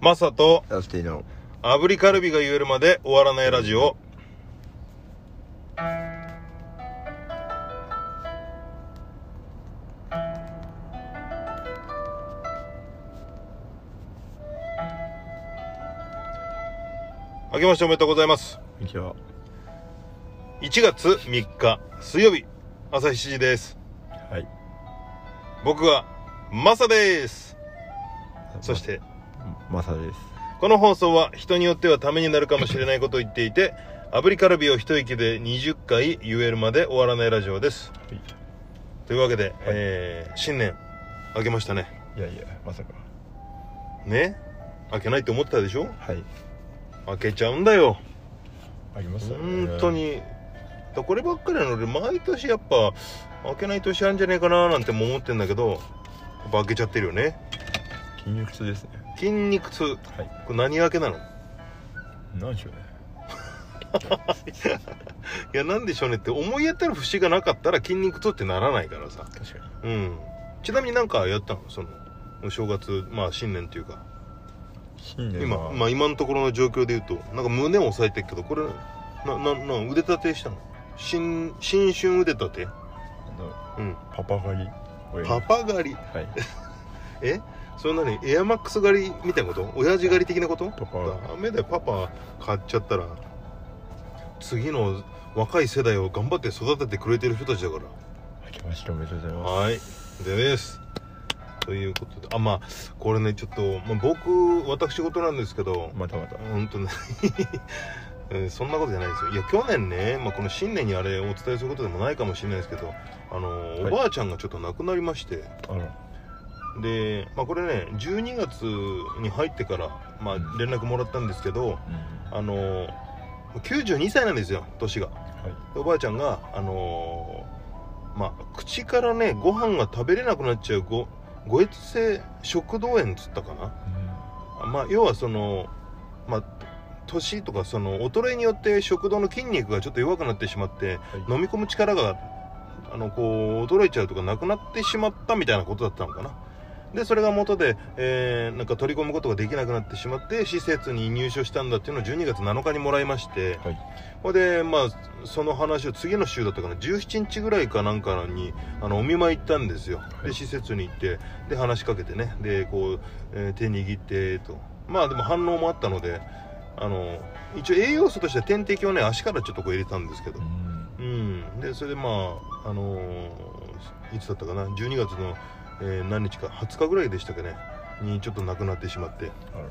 マサとラスティの炙りカルビが言えるまで終わらないラジオ。明けましておめでとうございます。こんにちは1月3日水曜日朝7時です。はい僕はマサです。そしてマサですこの放送は人によってはためになるかもしれないことを言っていて炙りカルビを一息で20回言えるまで終わらないラジオですというわけで、えー新年明けましたねいやいやまさかね明けないって思ってたでしょはい明けちゃうんだよありましたね本当にだこればっかりなので毎年やっぱ明けない年あるんじゃねえかななんても思ってんだけどやっぱ明けちゃってるよね筋肉痛ですね筋肉痛はいこれ何明けなのなんでしょうねいやなんでしょうねって思いやったる節がなかったら筋肉痛ってならないからさ確かにうんちなみになんかやったのそのお正月まあ新年っていうか新年今はまあ今のところの状況で言うとなんか胸を押さえてるけどこれななな腕立てしたの新新春腕立てあのうんパパ狩りをやりパパ狩りはいえそんなにエアマックス狩りみたいなこと親父狩り的なこととかダメだよパパ買っちゃったら次の若い世代を頑張って育ててくれてる人たちだから明けましておめでとうございますはい、でです。ということで、あ、まあ、これね、ちょっと、まあ、僕、私事なんですけど、またまたほんとね、 えーそんなことじゃないですよ。いや、去年ね、まあ、この新年にあれお伝えすることでもないかもしれないですけど、あの、はいおばあちゃんがちょっと亡くなりまして、あらで、まあ、これね、12月に入ってから、まあ、連絡もらったんですけど、うんあの、92歳なんですよ、年が。はいでおばあちゃんがあのーまあ口からねご飯が食べれなくなっちゃうごご越性食道炎っつったかなあまあ要はそのまあ年とかその衰えによって食道の筋肉がちょっと弱くなってしまってはい飲み込む力があのこう衰えちゃうとかなくなってしまったみたいなことだったのかなでそれが元で、えーなんか取り込むことができなくなってしまって施設に入所したんだっていうのを12月7日にもらいましてはいほいでまあその話を次の週だったかな17日ぐらいかなんかにあのお見舞い行ったんですよはでい施設に行ってで話しかけてねでこう、えー手握ってとまあでも反応もあったのであの一応栄養素としては点滴をね足からちょっとこう入れたんですけどうんうんでそれでまああのーいつだったかな12月の、えー何日か20日ぐらいでしたかねにちょっと亡くなってしまってあら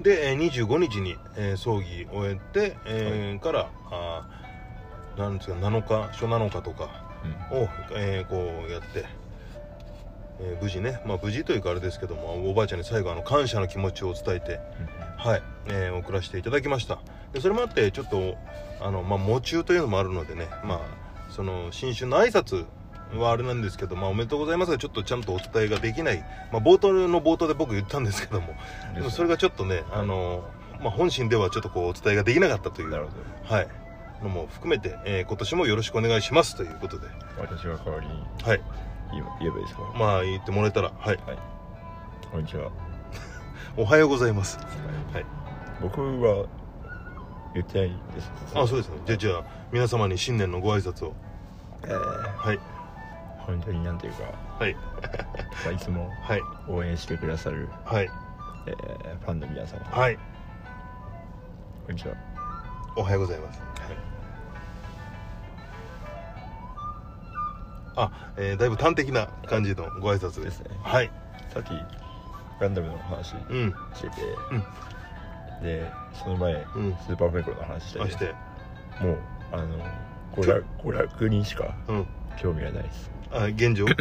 でえー25日に、えー葬儀を終えて、えーからあーなんですか7日初7日とかうんを、えーこうやって、えー無事ね、まあ、無事というかあれですけどもおばあちゃんに最後あの感謝の気持ちを伝えて、はいえー送らせていただきましたでそれもあってちょっとあの、まあ、喪中というのもあるのでね、まあ、その新春の挨拶はあれなんですけど、まあ、おめでとうございますがちょっとちゃんとお伝えができない、まあ、冒頭の冒頭で僕言ったんですけどもうんでもそれがちょっとね、あのまあ、本心ではちょっとこうお伝えができなかったという、なるはほどい、のも含めて、えー今年もよろしくお願いしますということで、私が代わりにはい、言えば言えばいいですかまあ言ってもらえたら、はい、こんにちはおはようございます。はい、僕は言ってないですあ、そうですね。じゃあ、じゃあ、皆様に新年のご挨拶を。えーはい、本当になんていうか、はい、まあいつもはい、応援してくださる、はい、えーファンの皆様、はい、こんにちは。おはようございます。はいあ、えーだいぶ端的な感じのご挨拶ですねはい、さっきガンダムの話うん、してて、でその前、んスーパーメイコの話してまして、もうあの娯楽娯楽にしかうん、興味がないです。あ、現 状。はい、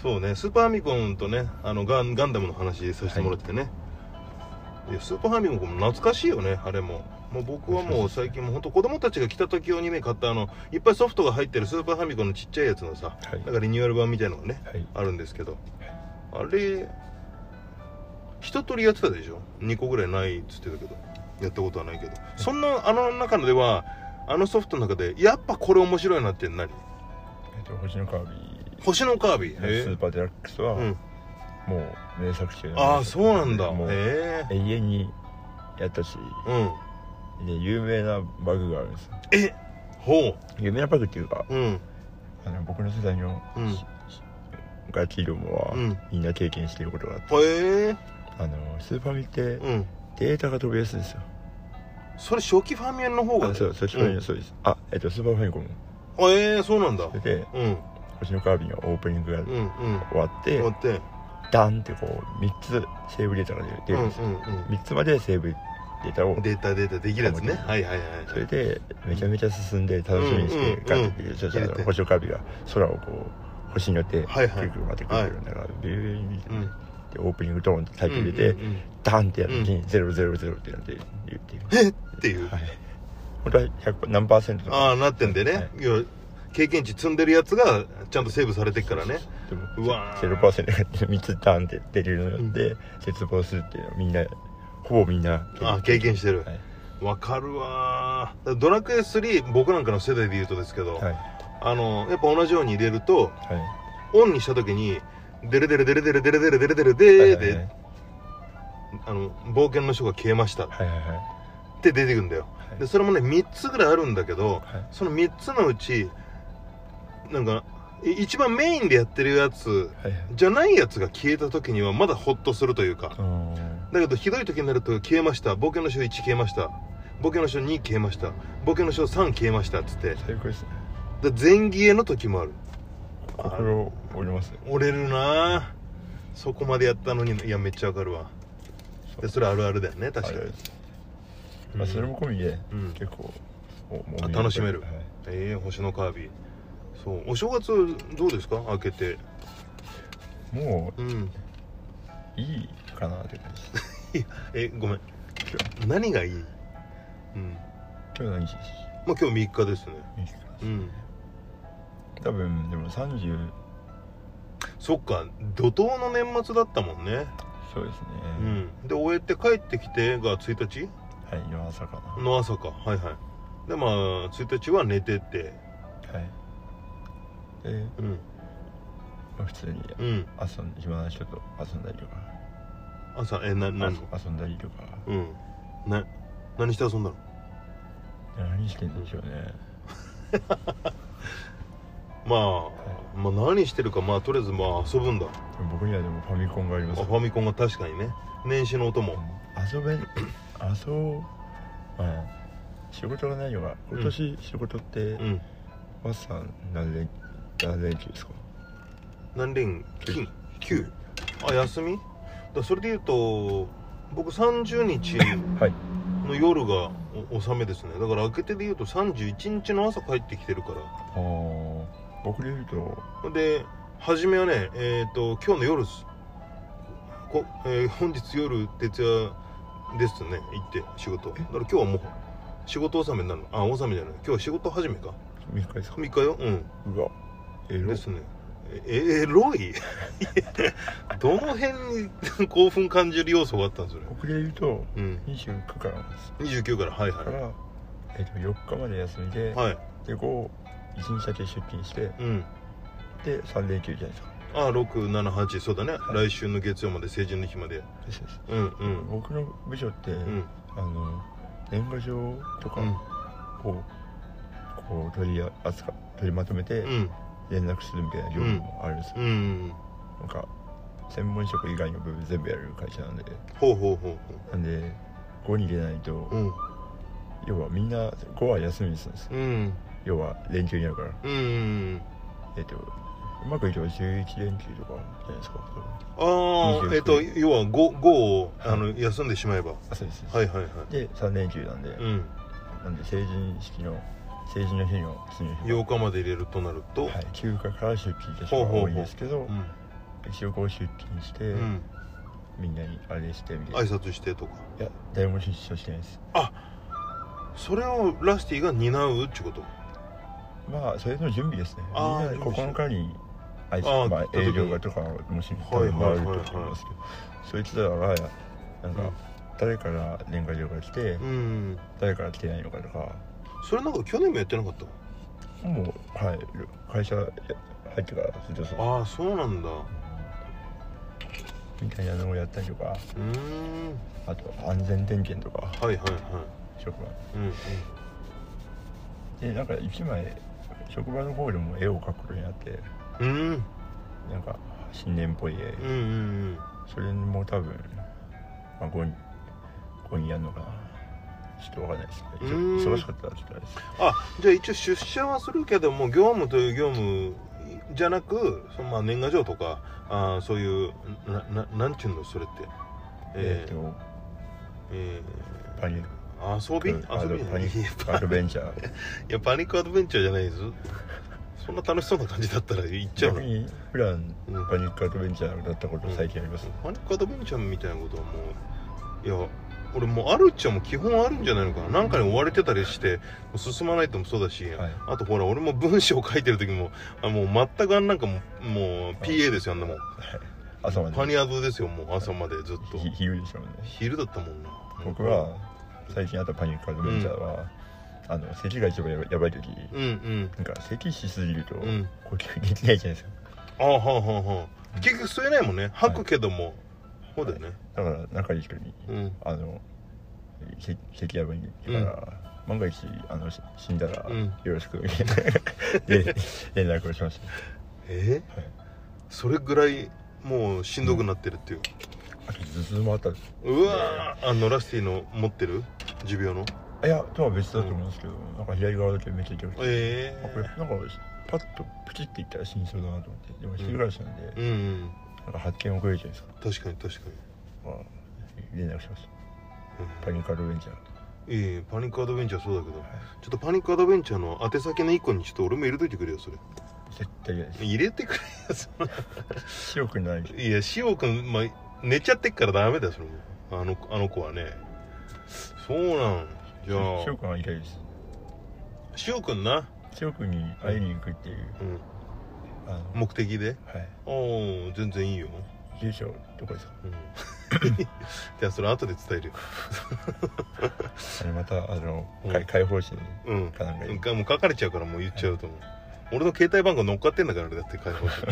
そうねスーパーファミコンとねあのガンガンダムの話させてもらってね、い、やスーパーファミコンも懐かしいよねあれももう僕はもう最近もうほんと子供たちが来た時用にね買ったあのいっぱいソフトが入ってるスーパーファミコンのちっちゃいやつのさはいなんかリニューアル版みたいのがねはい、あるんですけどあれ一通りやってたでしょ2個ぐらいないっつってたけどやったことはないけどそんなあの中ではあのソフトの中でやっぱこれ面白いなって何えっと星のカービ星のカービィィのスーへパーデラックスは、えうんもう名作中の名作ああそうなんだもうへえ永遠にやったしうんで有名なバグがあるんですよえほ有名なバグっていうかううんあの僕の世代のうんガキどもは、うんみんな経験していることがあって、へえあのスーパーミってうんデータが飛びやすいんですよ、それ初期ファミエンの方があそうそっちの、そうですあえっとスーパーファミコンあえー、そうなんだそれでうん星のカービィのオープニングがうんうん終わって、待ってダンってこう3つセーブデータが出る出うんうるんんですよ、3つまでセーブデータをうんデータデータできるやつねうんはいはいはいそれでめちゃめちゃ進んで楽しみにしてうん帰ってきて、ちょっとあ入れての星のカービィが空をこう星によってはいはいくるくる回ってくるくるんだから、ビュービュービュービューうんでオープニングドーンってタイトル入れて、うんうんうんダンってやった時に「000」ってなって言っていうえっっていうはい本当は100何パーセントああなってんでね、はいい、や経験値積んでるやつがちゃんとセーブされてっからねでもうわー0%パーセントが3つダンって出るので、絶望するっていうのはみんなほぼみんなあ経験してるはいわかるわードラクエ3僕なんかの世代で言うとですけど、はいあのやっぱ同じように入れるとはいオンにした時にデレデレデレデレデレデレデレデレデーはいはいであの冒険の書が消えましたっはいはいはいて出てくるんだよはいでそれもね3つぐらいあるんだけどはいその3つのうちなんかい一番メインでやってるやつはいはいじゃないやつが消えた時にはまだホッとするというかうーんだけどひどい時になると消えました冒険の書1消えました冒険の書2消えました冒険の書3消えましたっつって最高ですねで前消えの時もある心折れます折れるなあそこまでやったのにいやめっちゃわかるわでそれあるあるだよね確かにあれまあそれも込みでうん結構おもあう楽しめるはいええ星のカービィそうお正月どうですか開けてもうんういいかなって感じですえごめん 今日何がいいうん今日何日まあ今日3日ですねうん多分でも30そっか怒涛の年末だったもんねそうですねうんで終えて帰ってきてが1日はい夜朝かなの朝かはいはいでまあ1日は寝ててはいでうんまあ普通にうん遊ん暇な人と遊んだりとか朝えな何のあ遊んだりとかうんな何して遊んだの何してんでしょうねまあ、まあ何してるかまあとりあえずまあ遊ぶんだでも僕にはでもファミコンがありまあすファミコンが確かにね年始のお供遊べ遊まあ仕事がないのが今年仕事ってうんマッさん何連何連休ですか何連金9あ休みだそれで言うと僕30日はいの夜がお納めですねだから明けてで言うと31日の朝帰ってきてるからあー僕で言うとで初めはねえっ、と今日の夜っすこ、えー本日夜徹夜ですね行って仕事だから今日はもう仕事納めになるのあ納めじゃない今日は仕事始めか3日ですか3日ようんうわエロですねえエロい どの辺に興奮感じる要素があったんですよね僕で言うとうん29からなんです29からはいはだから、えっと4日まで休みで、いはいで午後1日だけ出勤してうんで3連休じゃないですかあ678そうだね、はい来週の月曜まで成人の日までですですうんうん僕の部署って、うんあの年賀状とかうんを、こう取り扱取りまとめて、うん連絡するみたいな業務もあるんですよ、うんなんか専門職以外の部分全部やる会社なんでほうほうほうなんで5に入れないと、ほううん要はみんな5は休みにするんですようん要は連休になるからうんうんえっ、とうまくいけば11連休とかじゃないですかああ29えっと要は 5, 5をあの休んでしまえばあそうです、はいはいはいで3連休なんで、うんなんで成人式の成人の日の次の日8日まで入れるとなると、はい、休暇から出勤した人が多いんですけど一応こう出勤して、うん、うん、みんなにあれしてみたい挨ない拶してとかや誰も出社してないですそれをラスティが担うってことまあそれの準備ですねみあーんな9日にあいつあーまあ来た時に営業がとかもしはいはいはいはい多分回ると思いますけど、そいつらがなんうかん誰から年賀状が来て、うん誰から来てないのかとかそれなんか去年もやってなかったもうはい会社入ってからずっとそうああそうなんだみたいなのをやったりとかうーんあと安全点検とかはいはいはい職場うんうんでなんか一枚職場の方でも絵を描くようになってうんなんか新年っぽい絵うんうんそれも多分、まあ、5, 5人やるのかなちょっとわかんないですねうーん忙しかったらちょっとあれですあじゃあ一応出社はするけども業務という業務じゃなくそのまあ年賀状とかあーそういうなななんちゅうのそれってええっ、ーとえパニー、遊びア遊ドびパニいやアドベンチャいーやパニックアドベンチャーじゃないですそんな楽しそうな感 じだったら行っちゃう逆なに普段うんパニックアドベンチャーだったこと最近あります、パニックアドベンチャーみたいなことはもういや俺もうあるっちゃもう基本あるんじゃないのかななんかに追われてたりして進まないともそうだし、はいあとほら俺も文章書いてる時もあもう全くあんなんかもうもう PA ですよあんなもん朝までパニアドですよもう朝までずっとひ昼でしょうね昼だったもんな僕は最近あったパニックアドベンチャーは、あの咳が一番やばやばい時うんうんなんか咳しすぎるとうん呼吸できないじゃないですか、あはあはあはあ結局吸えないもんね吐くけども、そうだよね、だから仲いい人にうんあのせ咳やばいから、万が一あのし死んだらうんよろしく、 で連絡をしましたえーはいそれぐらいもうしんどくなってるっていう、あと頭痛もあったんですうわーあのラスティの持ってる持病のいやとは別だと思うんですけど、なんか左側だけめっちゃ痛くて、えあこれなんかパッとプチっていったら死にそうだなと思ってでも一人暮らしなんで、えうん、うん、なんか発見遅れるじゃないですか、確かに確かまあ、連絡しましたパに、ニックアドベンチャーうん、いいパニックアドベンチャーそうだけど、ちょっとパニックアドベンチャーの宛先の一個にちょっと俺も入れといてくれよそれ絶対嫌です入れてくれよその白くないいや塩君、まあ、寝ちゃってっからダメだよそれもあのあの子はねそうなんじゃあ白くは嫌いです塩君な、白くに会いに行くっていううん、あのは目的でいおお全然いいよ、住所どこですかうん じゃあそれ後で伝えるよあれまたあの、うんかい解放誌にうんかなんかうにんかもう書かれちゃうからもう言っちゃうと思う、俺の携帯番号乗っかってんだから俺だって解放して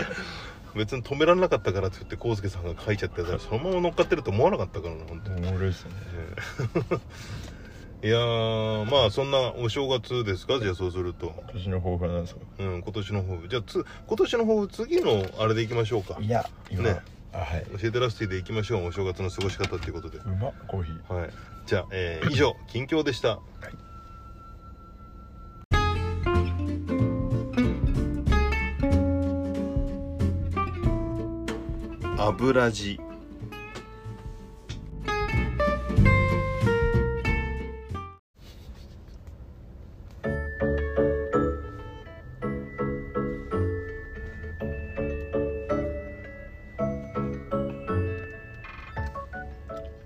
別に止められなかったからって言って浩介さんが書いちゃったやつはそのまま乗っかってると思わなかったからな本当に、おもろいっすね いやーまあそんなお正月ですかじゃあそうすると、今年の抱負は何ですかうん、今年の抱負じゃあつ今年の抱負次のあれでいきましょうかいや今、ねあはい教えてラスティでいきましょうお正月の過ごし方っていうことでうまっコーヒーはい、じゃあ、えー以上近況でした、油地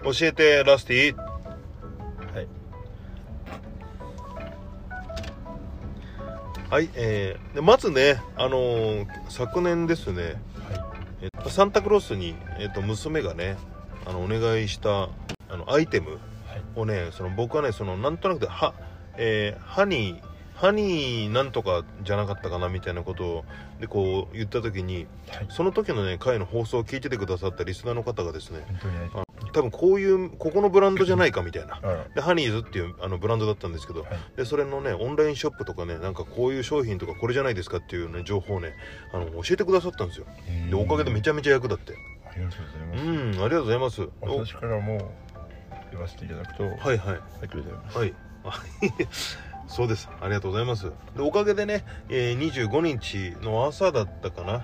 教えてラスティはいはい、えーでまずね、あのー昨年ですね、はえっとサンタクロースに、えっと娘がねあのお願いしたあのアイテムはいをねその僕はねそのなんとなくでは、えーハニーハニーなんとかじゃなかったかなみたいなことをでこう言った時にはいその時のね回の放送を聞いててくださったリスナーの方がですね本当にありあ多分こういうここのブランドじゃないかみたいなあらでハニーズっていうあのブランドだったんですけど、はいでそれのねオンラインショップとかねなんかこういう商品とかこれじゃないですかっていうね情報をねあの教えてくださったんですよでおかげでめちゃゃめちゃ役立ってありがとうございまうす、んありがとうございますお私からも言わせていただくとはいはいはいありがとうございますはい あそうですありがとうございますでおかげでね、えー25日の朝だったかなは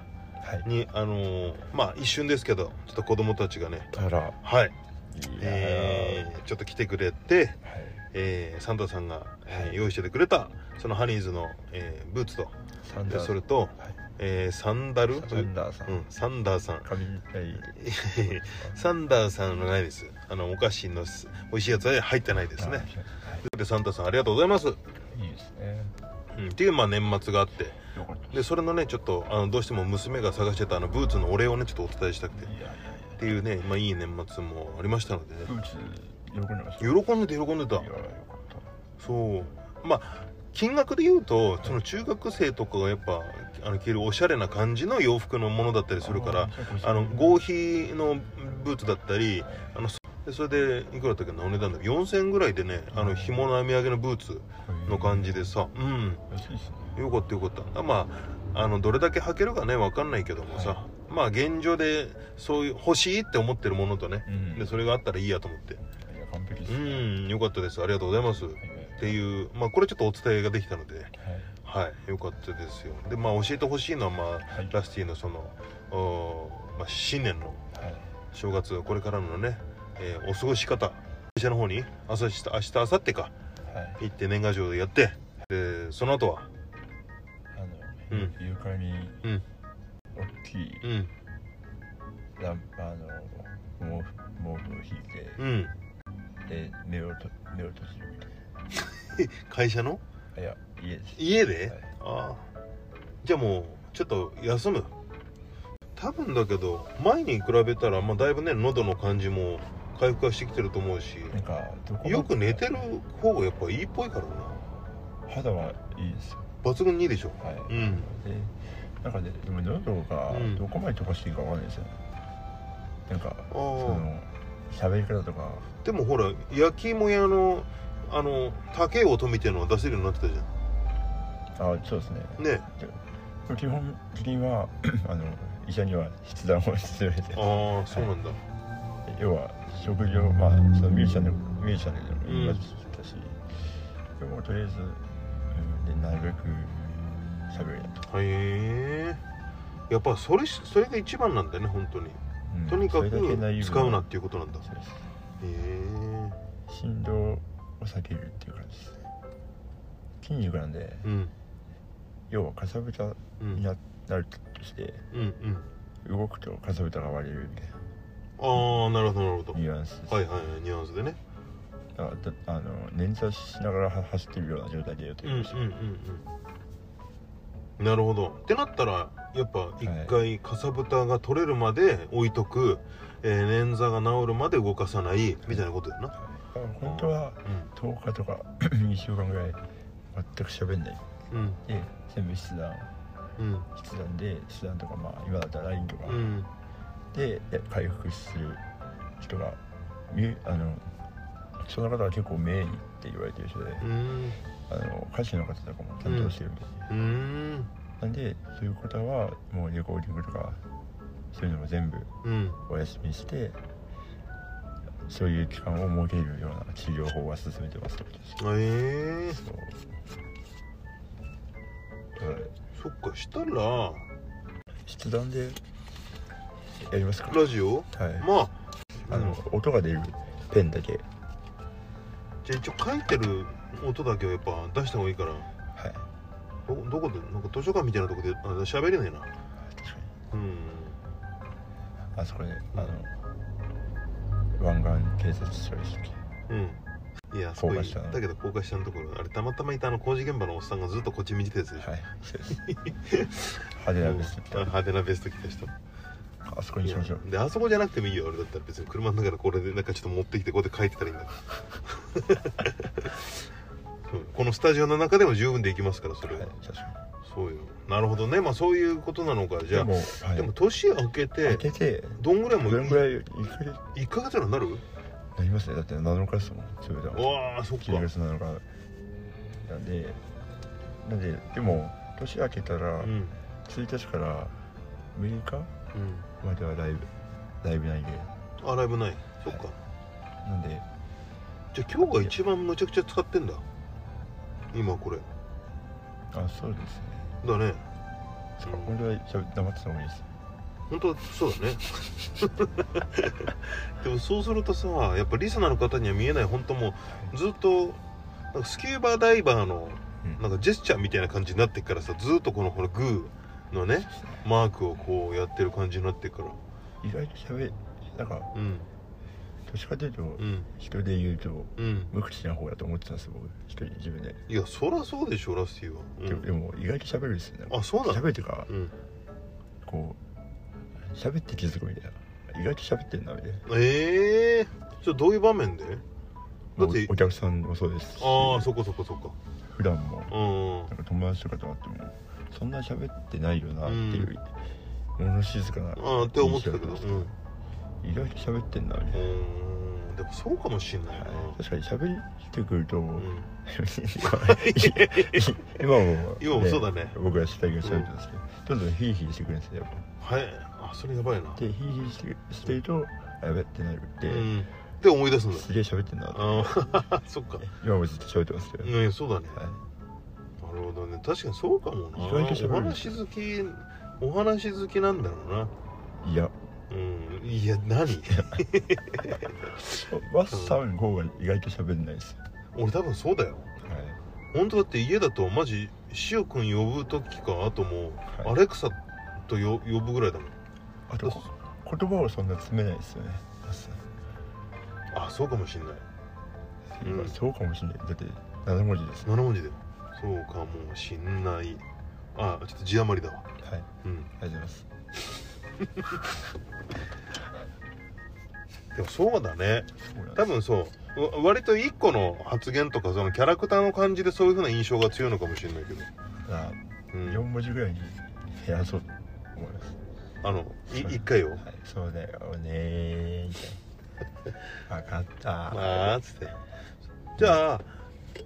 いにあのーまあ一瞬ですけどちょっと子供たちがねあらいやはい、ー、えーちょっと来てくれてはいえーサンタさんが、えーはい用意しててくれたそのハニーズの、えーブーツとサンでダーそれと、はいえーサンダルサンダーさん、うん、サンダー さん髪にたいサンダーさんのないですあのお菓子のす美味しいやつは入ってないですねはでサンタさんありがとうございます、い、いいですねうん、っていう、まあ、年末があってよかったでそれのねちょっとあのどうしても娘が探してたあのブーツのお礼をねちょっとお伝えしたくてっいやいやいやていうね、まあ、いい年末もありましたのでねブーツ喜んでました喜んでて喜んでたいやよかっそうまあ金額で言うとその中学生とかがやっぱあの着るおしゃれな感じの洋服のものだったりするからあの合皮のブーツだったりあのそでそれでいくらだったっけなお値段だっけ4000円ぐらいでねあの紐の編み上げのブーツの感じでさうん安いですねよかったよかったあまああのどれだけ履けるかね分かんないけどもさ、はまあ現状でそういう欲しいって思ってるものとねうんでそれがあったらいいやと思っていや完璧ですうねんよかったですありがとうございますっはいていうまあこれちょっとお伝えができたのではいはいよかったですよでまあ教えてほしいのはまあはいラスティのそのおーまあ、新年のはい正月これからのね、えーお過ごし方会社の方に明日明日明日明後日かはい行って年賀状でやってでその後はあうのん勇敢にうん大きいうんランあの毛布毛布を引いてうんで目をと目を閉じるみたい会社のないや家です家で、はいああじゃあもうちょっと休む多分だけど前に比べたら、まあ、だいぶね喉の感じも回復はしてきてると思うしなんかどこもよく寝てる方がやっぱいいっぽいからな肌はいいですよ抜群にいいでしょはい、うんでなんかねでも喉がうんどこまで飛ばしていいかわかんないですよね、なんかああその喋り方とかでもほら焼き芋屋のあの竹を富みていうのは出せるようになってたじゃあそうですねんねでも基本的には あの医者には筆談を勧めてああそうなんだ要は職業まあそのミュージシャンでもミュージシャンだけどうん今だし、でもとりあえず、うん、でなるべく喋るやと、へえやっぱそれしそれが一番なんだよね本当にうんとにかくそれだけ内容使うなっていうことなんだへそうですえ振動を避けるっていう感じですね筋肉なんでうん要はかさぶたうにんななるとしてうんうん動くとかさぶたが割れるみたいああなるほどなるほなニュアンスですどはいはいはいニュアンスでねだからだあの捻挫しながらは走ってるような状態でやってうんるうんんうですよ、んうんなるほどってなったらやっぱ一回かさぶたが取れるまで置いとく、えー捻挫が治るまで動かさないみたいなことやな、だから本当は10日とか 2週間ぐらい全く喋んないうんで全部筆談うん筆談で筆談とかまあ今だったら LINE とかうんうんでで回復する人がみゅあのその方は結構名医って言われてる人でうんあの歌手の方とかも担当してるんで、うんなんでそういう方はもうレコーディングとかそういうのも全部うんお休みしてそういう期間を設けるような治療法は進めてますってことですええそうだからそっかしたら筆談でやりますかラジオはい、まああの音が出るペンだけじゃあ一応書いてる音だけはやっぱ出した方がいいからはいどどこでなんか図書館みたいなとこであ喋れねえな確かにうんあそこであの湾岸警察署でしたっけうんいやそこい高架下のだけど高架下のところあれたまたまいたあの工事現場のおっさんがずっとこっち見てたやつでしょ、はいそうです派手なベストうんあ着た派手なベスト着た人あそこにしましょういやであそこじゃなくてもいいよ俺だったら別に車の中でこれでなんかちょっと持ってきてこうやって書いてたらいいんだから うんこのスタジオの中でも十分できますからそれは、はい確かそうよなるほどねまあそういうことなのかにじゃあでも,、はい、でも年明け開てけてどんぐらいもどれぐらいいくらい1ヶ月ぐらいになるなりますねだって7日ですもんそれだうわあそっか1月7日なんでなんででも年明けたらうん1日から6日まではライブライブないでうんあライブないそっかなんでじゃあ今日が一番むちゃくちゃ使ってんだ今これあそうですねだねそっか本当はしゃべ黙ってた方がいいです本当そうだね でもそうするとさやっぱリスナーの方には見えない本当もうずっとなんかスキューバーダイバーのうんなんかジェスチャーみたいな感じになってっからさずっとこのこのグーのねマークをこうやってる感じになってっから意外としゃべなんかうんどっちかというとうん人で言うとうん無口な方だと思ってたんです僕一人自分で、いやそらそうでしょラスティは、うんでもでも意外としゃべるんですよねあそうなしゃのべるというかうんこうしゃべって気づくみたいな意外としゃべってんなみたいなええー、それどういう場面でだっておお客さんもそうですしああそこそこそこ普段もうんなんか友達とかと会ってもそんな喋ってないよなっていう、物静かなああって思ってたけど印象うだんった意外と喋ってんなみたいな、うんでもそうかもしんないな、はい確かに喋ってくると、 うん、今も、ね、今もそうだね僕は下着が喋ってますけど、どんどんヒーヒーしてくるんですよやっはいあそれやばいなぱでヒーヒーしてしてるとあやべってなるって、うんって思い出すんだすげえ喋ってんなってあー そっか今もずっと喋ってますけど、ねそうだねはいなるほどね確かにそうかもな意外と喋るお話好きお話好きなんだろうないやうんいや何ワッサンの方が意外と喋んないです、俺多分そうだよはい本当だって家だとマジ塩くん呼ぶ時かあともうはいアレクサとよ呼ぶぐらいだもんあとこ言葉をそんな詰めないですよねワッサあそうかもしんないン、うんそうかもしれないだって7文字です、 7文字でそうかもしんないあちょっと字余りだわはいうんありがとうございますでもそうだねそうなんです多分そうわ割と1個の発言とかそのキャラクターの感じでそういうふうな印象が強いのかもしれないけど、あうん4文字ぐらいに減らそうと思いますあのい一回よはい、そうだ よねーみたいな分かったあーっつってじゃあ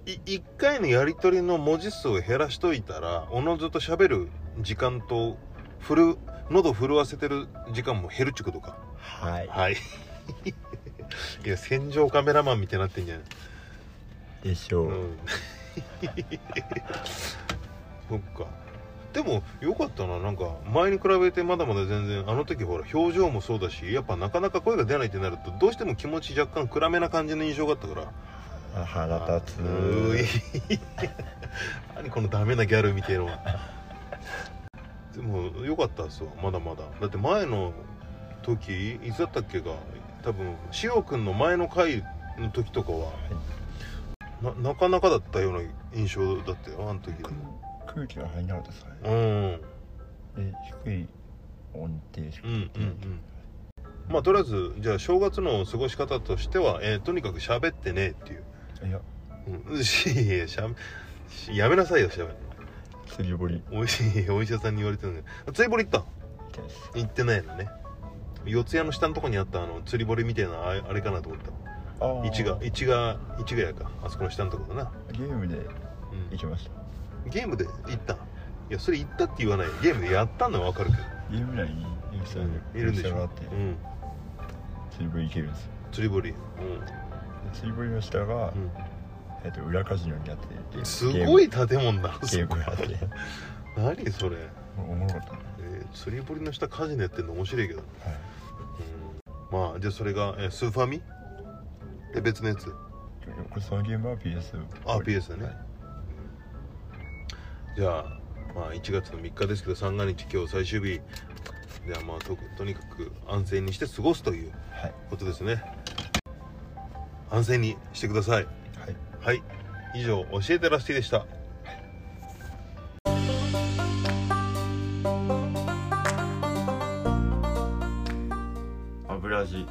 1回のやり取りの文字数を減らしといたらおのずと喋る時間と振る喉震わせてる時間も減るっちゅうことかはいはい いや戦場カメラマンみたいになってんじゃないでしょう、うん、 そっかでもよかったななんか前に比べてまだまだ全然あの時ほら表情もそうだしやっぱなかなか声が出ないってなるとどうしても気持ち若干暗めな感じの印象があったからあ腹立つうーい 何このダメなギャルみたいのはでもよかったっすわまだまだだって前の時いつだったっけが多分しおくんの前の回の時とかは、ななかなかだったような印象だったよあの時でも空気が入んなかったですねうんうんで低い音程しかうんうんまあとりあえずじゃあ正月の過ごし方としては、えーとにかく喋ってねっていう、いやうん、しいやしゃしやめなさいよ喋るの釣り堀みおいしい お医者さんに言われてるんだよあ釣り堀行ったんたいです行ってないのね四谷の下のとこにあったあの釣り堀みたいなあれあれかなと思ったあー一が一が一がやかあそこの下のとこだな、ゲームでうん行きましたゲームで行ったんいやそれ行ったって言わないゲームでやったのは分かるけどゲーム内にエクサいるんでしがあょって、うん釣り堀行けるんですよ釣り堀で釣り堀の下が、うん、えっと裏カジノになってうてん、すごいゲ建物だろそームこゲームがあって何それ、おもろかったなえー釣り堀の下カジノやってんの面白いけど、はいうん、まあじゃあそれが、えースーファミえ別のやつこれそのゲームは PS あ PS だねはいじゃあ、まあ、1月の3日ですけど三が日今日最終日じゃあまあととにかく安静にして過ごすというはいことですね安静にしてくださいはいはい以上教えてラスティでした油地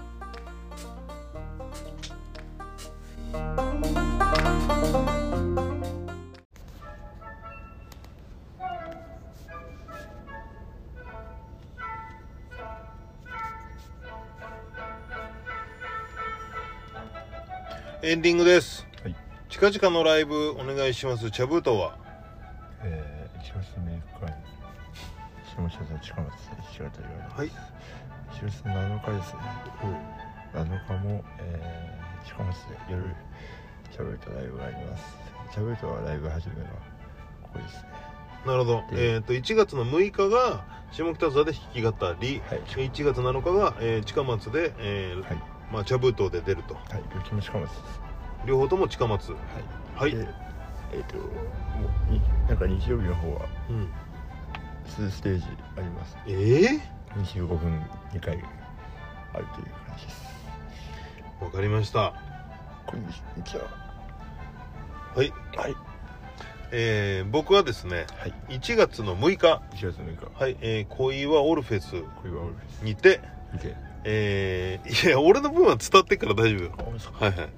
エンディングです、はい近々のライブお願いします茶封筒はえー、一月メーカーに下北沢近松一方言われますはい一月7日ですねうん7日も、えー、近松で夜しゃべるとライブがありますしゃべるとはライブ始めがここですねなるほどでえっ、と1月の6日が下北沢で弾き語り、はい1月7日が、えー近松で、えーはいまあ、茶封筒で出るとはいどっちも近松です両方とも近松ははいい、でえっ、ともうになんか日曜日の方はうん、 2ステージありますええ25分2回あるという感じですわかりましたこんにちははいはいえー、僕はですねはい1月の6日1月6日はいえー、小岩オルフェスこれは俺ですにて見てえー、いや俺の分は伝ってっから大丈夫よあ、そうはいはい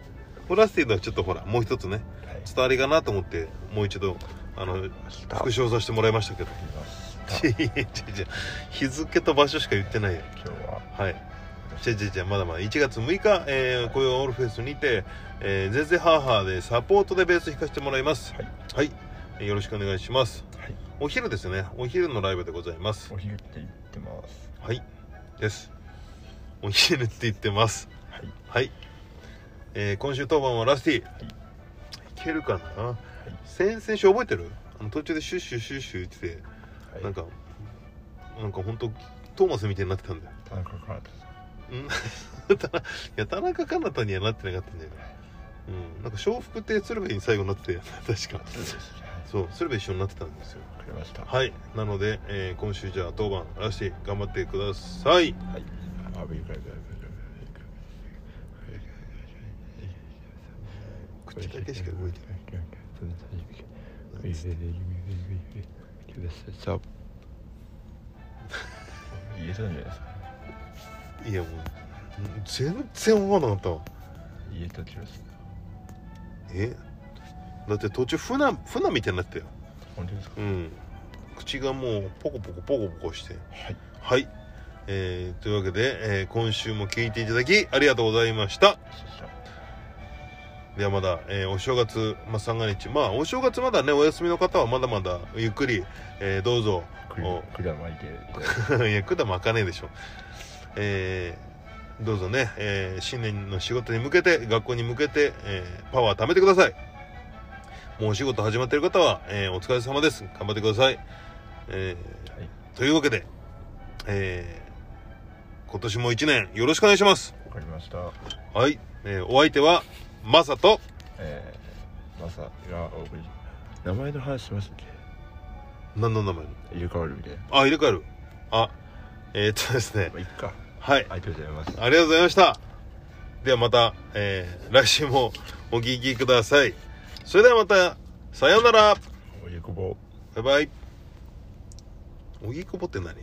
ホラースティーのはちょっとほらもう一つねはい伝わりかなと思ってもう一度あの伝わ復り唱させてもらいましたけどましたちいちいちい日付と場所しか言ってないよ今日ははいじゃあじゃあじゃあまだまだ1月6日、えー、雇用オールフェスにて「えー、ぜぜハーハー」でサポートでベース弾かせてもらいますはいはい、えーよろしくお願いしますはいお昼ですねお昼のライブでございますお昼って言ってますはいですお昼って言ってますはいはい、えー、今週当番はラスティ、いい、けるかな、先々週覚えてるあの途中でシュッシュシュッシュ言ってて、はいなんかなんか本当トーマスみたいになってたんだよ田中カードうん ただいや田中かなたにはなってなかったんだよねうんなんか笑福亭鶴瓶に最後なって たよね確かそうですそう鶴瓶一緒になってたんですよわかりましたはいなので、えー今週じゃあ当番らしい頑張ってくださいはいあびっくり口だけしか動いてない言えたんじゃないですかいやもう全然わかんなかったわ言えた気がするえだって途中船船みたいになったよ本当ですかうん口がもうポコポコポコポコしてはいはいえー、というわけで、えー今週も聞いていただきありがとうございましたそしたらではまだ、えーお正月、まあ、三が日まあお正月まだねお休みの方はまだまだゆっくり、えーどうぞくるおくらまいていただい ていや、管も開かねえでしょ。えーどうぞね、えー新年の仕事に向けて、学校に向けて、えーパワー貯めてください。もうお仕事始まってる方は、えーお疲れ様です。頑張ってください。えはいーというわけで、えー今年も一年よろしくお願いします。わかりましたはい。えーお相手は、マサと、えー、マサがお送りし名前の話しましたっけ何の名前入れ替わるみたいなあ、入れ替える。あ、えーっとですねま。あいっかはい。ありがとうございますありがとうございました。ではまた、えー来週もお聞きください。それではまた、さようなら。おゆくぼバイバイ。おぎくぼって何